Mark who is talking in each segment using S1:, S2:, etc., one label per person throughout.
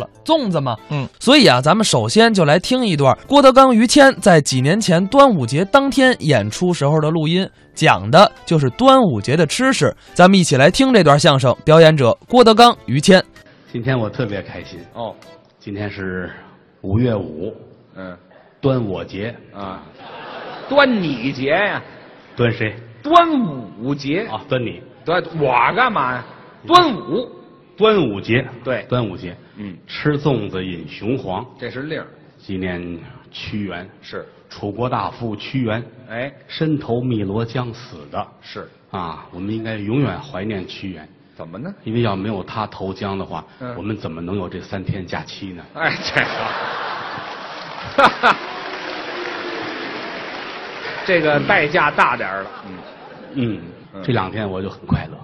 S1: 了粽子嘛，
S2: 嗯，
S1: 所以啊，咱们首先就来听一段郭德纲、于谦在几年前端午节当天演出时候的录音，讲的就是端午节的吃食。咱们一起来听这段相声，表演者郭德纲、于谦。
S3: 今天我特别开心，
S2: 哦，
S3: 今天是五月五，
S2: 嗯
S3: 端我节，
S2: 啊，端你节呀，
S3: 端谁
S2: 端午节
S3: 啊？端你，
S2: 端我干嘛呀？端午，
S3: 端午节，
S2: 对
S3: 端午节，
S2: 嗯，
S3: 吃粽子饮雄黄，
S2: 这是令儿，
S3: 纪念屈原，
S2: 是，
S3: 楚国大夫屈原，
S2: 哎，
S3: 身投汨罗江死的，
S2: 是，
S3: 啊，我们应该永远怀念屈原，
S2: 怎么呢？
S3: 因为要没有他投江的话，
S2: 嗯
S3: 我们怎么能有这三天假期呢？
S2: 哎，这个， 这个代价大点儿了。嗯，
S3: 嗯，
S2: 嗯
S3: 这两天我就很快乐，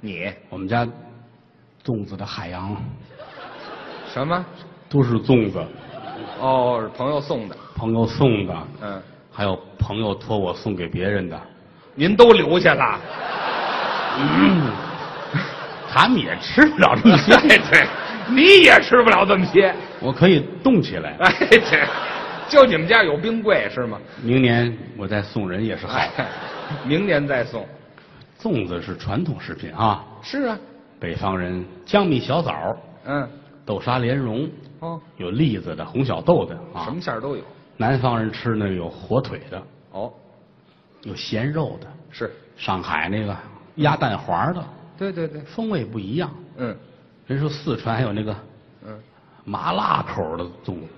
S2: 你
S3: 我们家粽子的海洋
S2: 什么？
S3: 都是粽子。
S2: 哦，是朋友送的。
S3: 朋友送的，
S2: 嗯，
S3: 还有朋友托我送给别人的，
S2: 您都留下了。
S3: 他嗯们也吃不了这么 些，
S2: 哎对，你也吃不了这么些。
S3: 我可以冻起来。
S2: 哎，这就你们家有冰柜是吗？
S3: 明年我再送人也是 好。
S2: 哎，明年再送。
S3: 粽子是传统食品啊，
S2: 是啊，
S3: 北方人江米小枣、
S2: 嗯，
S3: 豆沙莲蓉，
S2: 哦，
S3: 有栗子的、红小豆的
S2: 什
S3: 啊
S2: 么。馅儿都有。
S3: 南方人吃那个有火腿的，
S2: 哦，
S3: 有咸肉的，
S2: 是，
S3: 上海那个鸭蛋黄的，
S2: 对对对，
S3: 风味不一样。
S2: 嗯
S3: 人说四川还有那个
S2: 嗯，
S3: 麻辣口的粽子，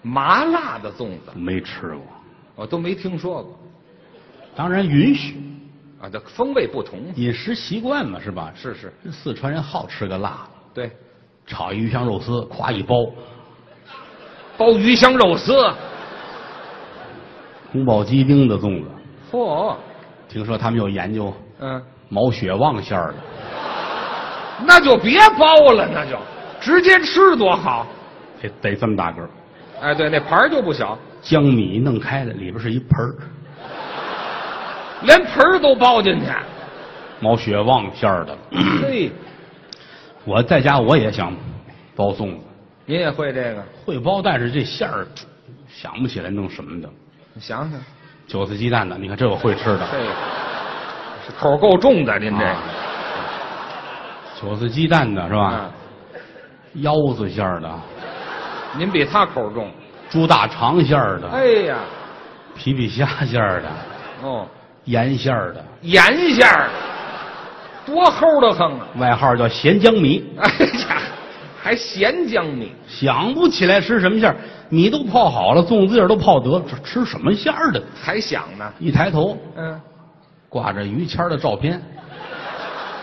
S2: 麻辣的粽子
S3: 没吃过。
S2: 我都没听说过
S3: 当然允许，
S2: 啊，这风味不同。
S3: 饮食习惯嘛，是吧？
S2: 是是，
S3: 四川人好吃个辣的，
S2: 对，
S3: 炒一鱼香肉丝，夸一包，
S2: 包鱼香肉丝，
S3: 宫保鸡丁的粽子。
S2: 嚯、
S3: 听说他们有研究
S2: 嗯，
S3: 毛血旺馅儿的，
S2: 那就别包了，那就直接吃多好。
S3: 得得这么大个儿，
S2: 哎，对，那盘儿就不小，
S3: 江米弄开了，里边是一盆儿，
S2: 连盆儿都包进去。
S3: 毛血旺馅儿的。
S2: 嘿，
S3: 我在家我也想包粽子，
S2: 您也会这个？
S3: 会包，但是这馅儿想不起来弄什么的。
S2: 你想想，
S3: 韭菜鸡蛋的，你看这我会吃
S2: 这
S3: 的。
S2: 个是口够重的，您这个、
S3: 啊韭菜鸡蛋的是吧？
S2: 啊
S3: 腰子馅儿的，
S2: 您比他口重。
S3: 猪大肠馅儿的。
S2: 哎呀，
S3: 皮皮虾馅儿的、
S2: 哦，
S3: 盐馅儿的，
S2: 盐馅儿，多齁的很啊！
S3: 外号叫咸江米。
S2: 哎呀，还咸江米，
S3: 想不起来吃什么馅儿，米都泡好了，粽子叶儿都泡得了，这吃什么馅儿的？
S2: 还想呢？
S3: 一抬头，
S2: 嗯，
S3: 挂着于谦儿的照片，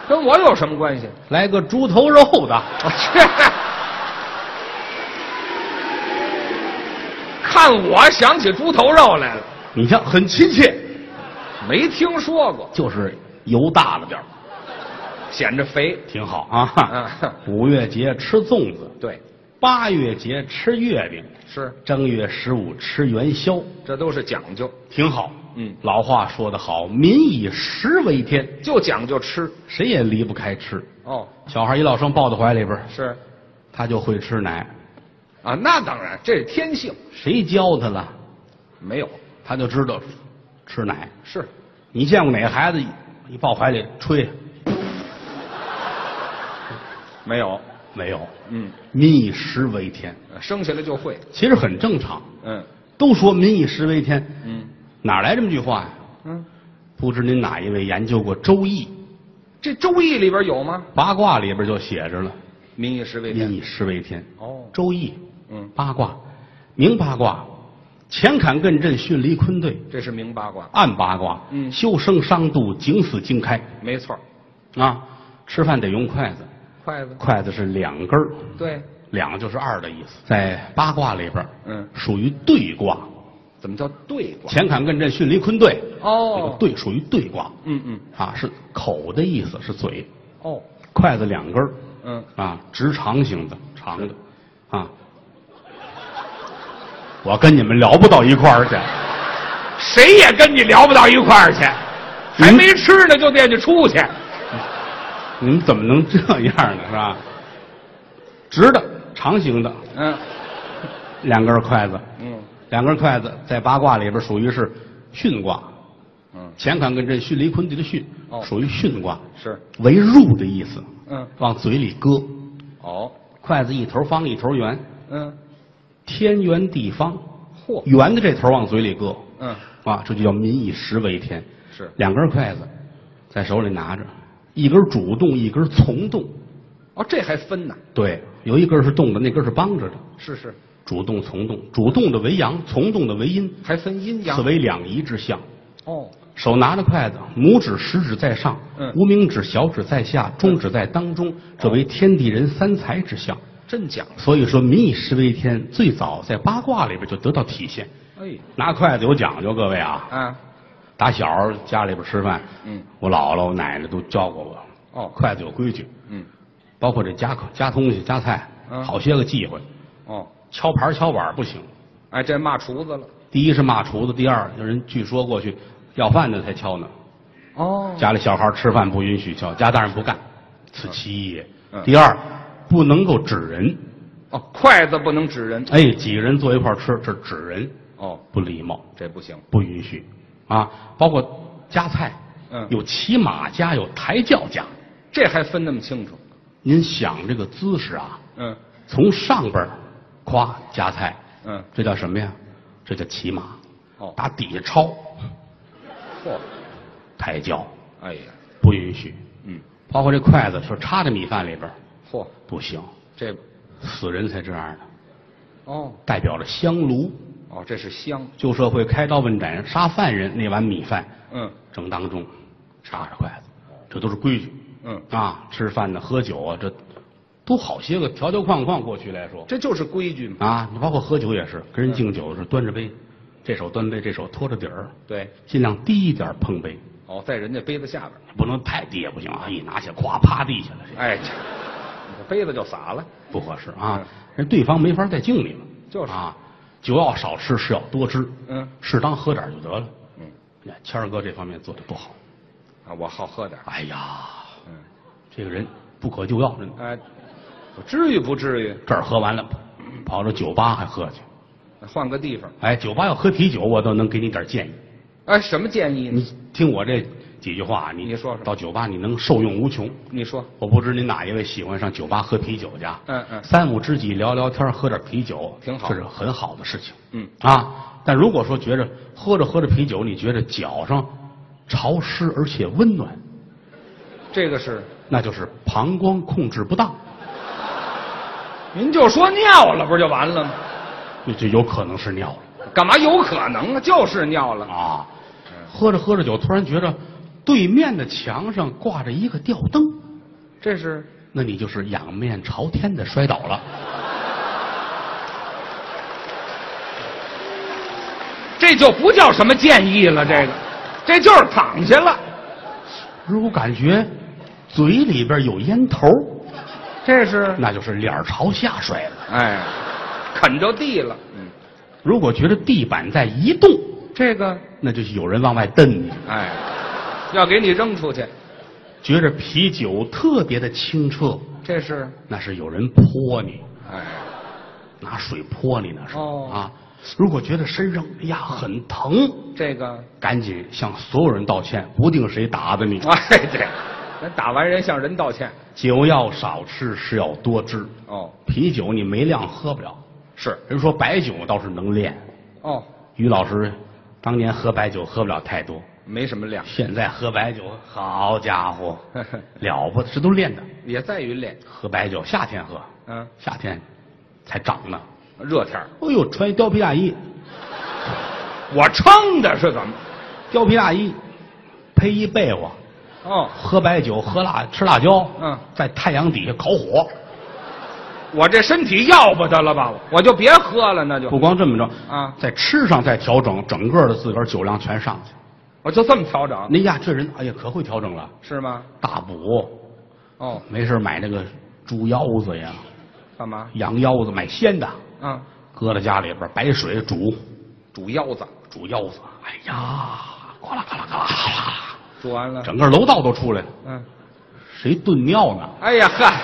S2: 跟我有什么关系？
S3: 来个猪头肉的，
S2: 我去，看我想起猪头肉来了，
S3: 你看很亲切，
S2: 没听说过，
S3: 就是油大了点儿，
S2: 显着肥。
S3: 挺好啊
S2: 嗯。
S3: 五月节吃粽子，
S2: 对，
S3: 八月节吃月饼，
S2: 是，
S3: 正月十五吃元宵，
S2: 这都是讲究，
S3: 挺好。
S2: 嗯
S3: 老话说得好，民以食为天，
S2: 就讲究吃。
S3: 谁也离不开吃。
S2: 哦，
S3: 小孩一落生抱到怀里边儿，
S2: 是，
S3: 他就会吃奶。
S2: 啊，那当然，这是天性，
S3: 谁教他了，
S2: 没有，
S3: 他就知道吃奶。
S2: 是，
S3: 你见过哪个孩子一一抱怀里吹？
S2: 没有，
S3: 没有。
S2: 嗯，
S3: 民以食为天，
S2: 生下来就会，
S3: 其实很正常。
S2: 嗯
S3: 都说民以食为天，
S2: 嗯
S3: 哪来这么句话呀、
S2: 嗯，
S3: 不知您哪一位研究过《周易》
S2: 这《周易》里边有吗？
S3: 八卦里边就写着了
S2: 民以食
S3: “
S2: 为
S3: 民
S2: 天。
S3: 以食为天”。
S2: 哦
S3: 《周易》
S2: 嗯，
S3: 八卦，明八卦，乾坎艮震巽离坤兑，
S2: 这是明八卦，
S3: 暗八卦，
S2: 嗯
S3: 修生伤度，景死惊开。
S2: 没错儿。
S3: 啊，吃饭得用筷子，
S2: 筷子，
S3: 筷子是两根儿，
S2: 对，
S3: 两就是二的意思，在八卦里边儿，
S2: 嗯
S3: 属于对卦，
S2: 怎么叫对卦？
S3: 乾坎艮震巽离坤兑，那个
S2: 哦，，
S3: 兑属于对卦，
S2: 嗯嗯，
S3: 啊，是口的意思，是嘴，
S2: 哦，
S3: 筷子两根儿，
S2: 嗯，
S3: 啊，直长型的，长的，啊，我跟你们聊不到一块儿去，
S2: 谁也跟你聊不到一块儿去，还
S3: 嗯
S2: 没吃呢就惦记出去。
S3: 你们怎么能这样呢？是吧？直的，长形的，
S2: 嗯
S3: 两根筷子，
S2: 嗯
S3: 两根筷子在八卦里边属于是巽卦，
S2: 嗯，
S3: 乾坎艮震巽离坤地的巽，
S2: 哦
S3: 属于巽卦，
S2: 是，
S3: 为入的意思，
S2: 嗯
S3: 往嘴里搁，
S2: 哦，
S3: 筷子一头方一头圆，
S2: 嗯，
S3: 天圆地方，
S2: 嚯，
S3: 圆的这头往嘴里搁，
S2: 嗯
S3: 啊，这就叫民以食为天，
S2: 是，
S3: 两根筷子在手里拿着，一根主动，一根从动，
S2: 哦，这还分呢，
S3: 对，有一根是动的，那根是帮着的，
S2: 是是，
S3: 主动从动，主动的为阳，从动的为阴，
S2: 还分阴阳
S3: 此，为两仪之象。
S2: 哦，
S3: 手拿着筷子，拇指、食指在上，
S2: 嗯哦
S3: 无名指、小指在下，中指在当中，这为天地人三才之象。
S2: 真讲究，
S3: 所以说，民以食为天，最早在八卦里边就得到体现。
S2: 哎，
S3: 拿筷子有讲究，各位啊，
S2: 啊，
S3: 打小家里边吃饭，
S2: 嗯，
S3: 我姥姥、我奶奶都教过我，
S2: 哦
S3: 筷子有规矩，
S2: 嗯，
S3: 包括这夹夹东西、夹菜，
S2: 嗯
S3: 好些个忌讳，
S2: 哦，
S3: 敲盘敲碗不行。
S2: 哎，这骂厨子了，
S3: 第一是骂厨子，第二有人据说过去要饭的才敲呢，
S2: 哦，
S3: 家里小孩吃饭不允许敲，家大人不干，此其一也。
S2: 嗯
S3: 第二，不能够指人，
S2: 哦，筷子不能指人，
S3: 哎，几个人坐一块儿吃，这指人
S2: 哦，
S3: 不礼貌，
S2: 这不行，
S3: 不允许啊。包括夹菜，
S2: 嗯
S3: 有骑马夹，有抬轿夹。
S2: 这还分那么清楚，
S3: 您想这个姿势啊，
S2: 嗯
S3: 从上边儿夸夹菜，
S2: 嗯，
S3: 这叫什么呀？这叫骑马，
S2: 哦，
S3: 打底下抄
S2: 嚯，
S3: 抬轿，
S2: 哎呀，
S3: 不允许。
S2: 嗯，
S3: 包括这筷子说插在米饭里边儿
S2: 嚯，
S3: 不行，
S2: 这，
S3: 死人才这样的，
S2: 哦
S3: 代表着香炉。
S2: 哦，这是香，
S3: 旧社会开刀问斩杀犯人那碗米饭
S2: 嗯
S3: 正当中，插着筷子，这都是规矩
S2: 嗯，
S3: 啊。吃饭呢，喝酒啊，这都好些个条条框框。过去来说
S2: 这就是规矩嘛，
S3: 啊，你包括喝酒也是，跟人敬酒是端着杯，这手端杯，这手托着底儿，
S2: 对，
S3: 尽量低一点碰杯，
S2: 哦，在人家杯子下边儿，
S3: 不能太低也不行啊。一拿起来，咵趴地下了，这
S2: 哎，这你这杯子就洒了，
S3: 不合适啊
S2: 嗯。
S3: 人对方没法再敬你了，
S2: 就是
S3: 啊，酒要少吃，是要多吃，
S2: 嗯
S3: 适当喝点儿就得了。
S2: 嗯，
S3: 哎谦儿哥这方面做的不好。
S2: 啊，我好喝点儿，
S3: 哎呀，
S2: 嗯，
S3: 这个人不可救药，真的。
S2: 哎，我至于不至于？
S3: 这儿喝完了，跑到酒吧还喝去。
S2: 换个地方，
S3: 哎，酒吧要喝啤酒，我倒能给你点儿建议。
S2: 哎，什么建议呢？
S3: 你听我这几句话，你
S2: 你说说
S3: 到酒吧你能受用无穷。
S2: 你说，
S3: 我不知您哪一位喜欢上酒吧喝啤酒去啊？
S2: 嗯嗯
S3: 三五知己聊聊天，喝点啤酒，
S2: 挺好
S3: 这是很好的事情。
S2: 嗯
S3: 啊，但如果说觉着喝着喝着啤酒，你觉着脚上潮湿而且温暖，
S2: 这个是，
S3: 那就是膀胱控制不当，
S2: 您就说尿了，不就完了吗？
S3: 就就有可能是尿了
S2: 干嘛有可能啊？就是尿了，
S3: 啊。
S2: 嗯
S3: 喝着喝着酒，突然觉着对面的墙上挂着一个吊灯，
S2: 这是
S3: 那你就是仰面朝天的摔倒了。
S2: 这就不叫什么建议了，这个，这就是躺下了，
S3: 如果感觉嘴里边有烟头，
S2: 这是，
S3: 那就是脸儿朝下摔了。
S2: 哎，啃着地了，嗯，
S3: 如果觉得地板在移动，
S2: 这个，
S3: 那就是有人往外蹬你。
S2: 哎，要给你扔出去，
S3: 觉着啤酒特别的清澈，
S2: 这是，
S3: 那是有人泼你，
S2: 哎，
S3: 拿水泼你那是、
S2: 哦
S3: 啊。如果觉得身上哎呀很疼，
S2: 这个，
S3: 赶紧向所有人道歉，不定谁打的你。
S2: 哎，对，咱打完人向人道歉，
S3: 酒要少吃，是要多吃。
S2: 哦，
S3: 啤酒你没量喝不了，
S2: 是，
S3: 人说白酒倒是能练。
S2: 哦，
S3: 于老师当年喝白酒喝不了太多，
S2: 没什么量，，
S3: 现在喝白酒，好家伙了不得，这都练的。
S2: 也在于练，
S3: 喝白酒，夏天喝，
S2: 嗯，
S3: 夏天才长呢。
S2: 热天儿
S3: 哎呦，穿一貂皮大衣，
S2: 我撑的是怎么？
S3: 貂皮大衣，披一被窝，
S2: 哦，
S3: 喝白酒，喝辣，吃辣椒，
S2: 嗯，
S3: 在太阳底下烤火。
S2: 我这身体要不得了吧？我就别喝了，那就
S3: 不光这么着
S2: 啊
S3: 在吃上再调整，整个的自个儿酒量全上去。
S2: 我就这么调整，
S3: 那呀，这人哎呀可会调整了，
S2: 是吗？
S3: 大补，
S2: 哦，
S3: 没事买那个猪腰子呀、
S2: 干嘛？
S3: 羊腰子，买鲜的，
S2: 啊，
S3: 搁在家里边儿白水煮，
S2: 煮腰子，
S3: 煮腰子。哎呀，呱啦呱啦呱啦呱啦，
S2: 煮完了，
S3: 整个楼道都出来了。
S2: 嗯，
S3: 谁炖尿呢？
S2: 哎呀，嗨，
S3: 还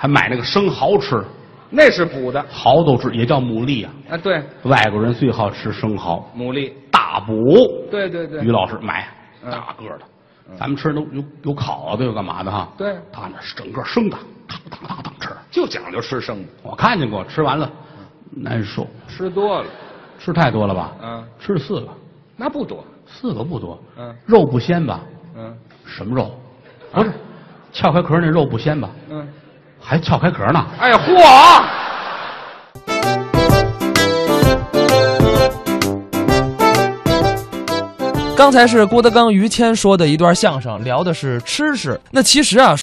S3: 还买那个生蚝吃，
S2: 那是补的
S3: 蚝都吃，也叫牡蛎啊。
S2: 啊。对，
S3: 外国人最好吃生蚝，
S2: 牡蛎，
S3: 大补。
S2: 对对对
S3: 于，老师买
S2: 嗯
S3: 大个儿的，咱们吃都有有烤的，有干嘛的哈？
S2: 对
S3: 他那是整个生的，当当当当吃。
S2: 就讲究吃生的，
S3: 我看见过，吃完了难受，
S2: 吃多了，
S3: 吃太多了吧？
S2: 嗯，
S3: 吃了四个，
S2: 那不多，
S3: 四个不多。
S2: 嗯
S3: 肉不鲜吧？
S2: 嗯
S3: 什么肉？不是，撬开壳那肉不鲜吧？
S2: 嗯，
S3: 还撬开壳呢？
S2: 哎嚯！
S1: 刚才是郭德纲、于谦说的一段相声，聊的是吃食。那其实啊，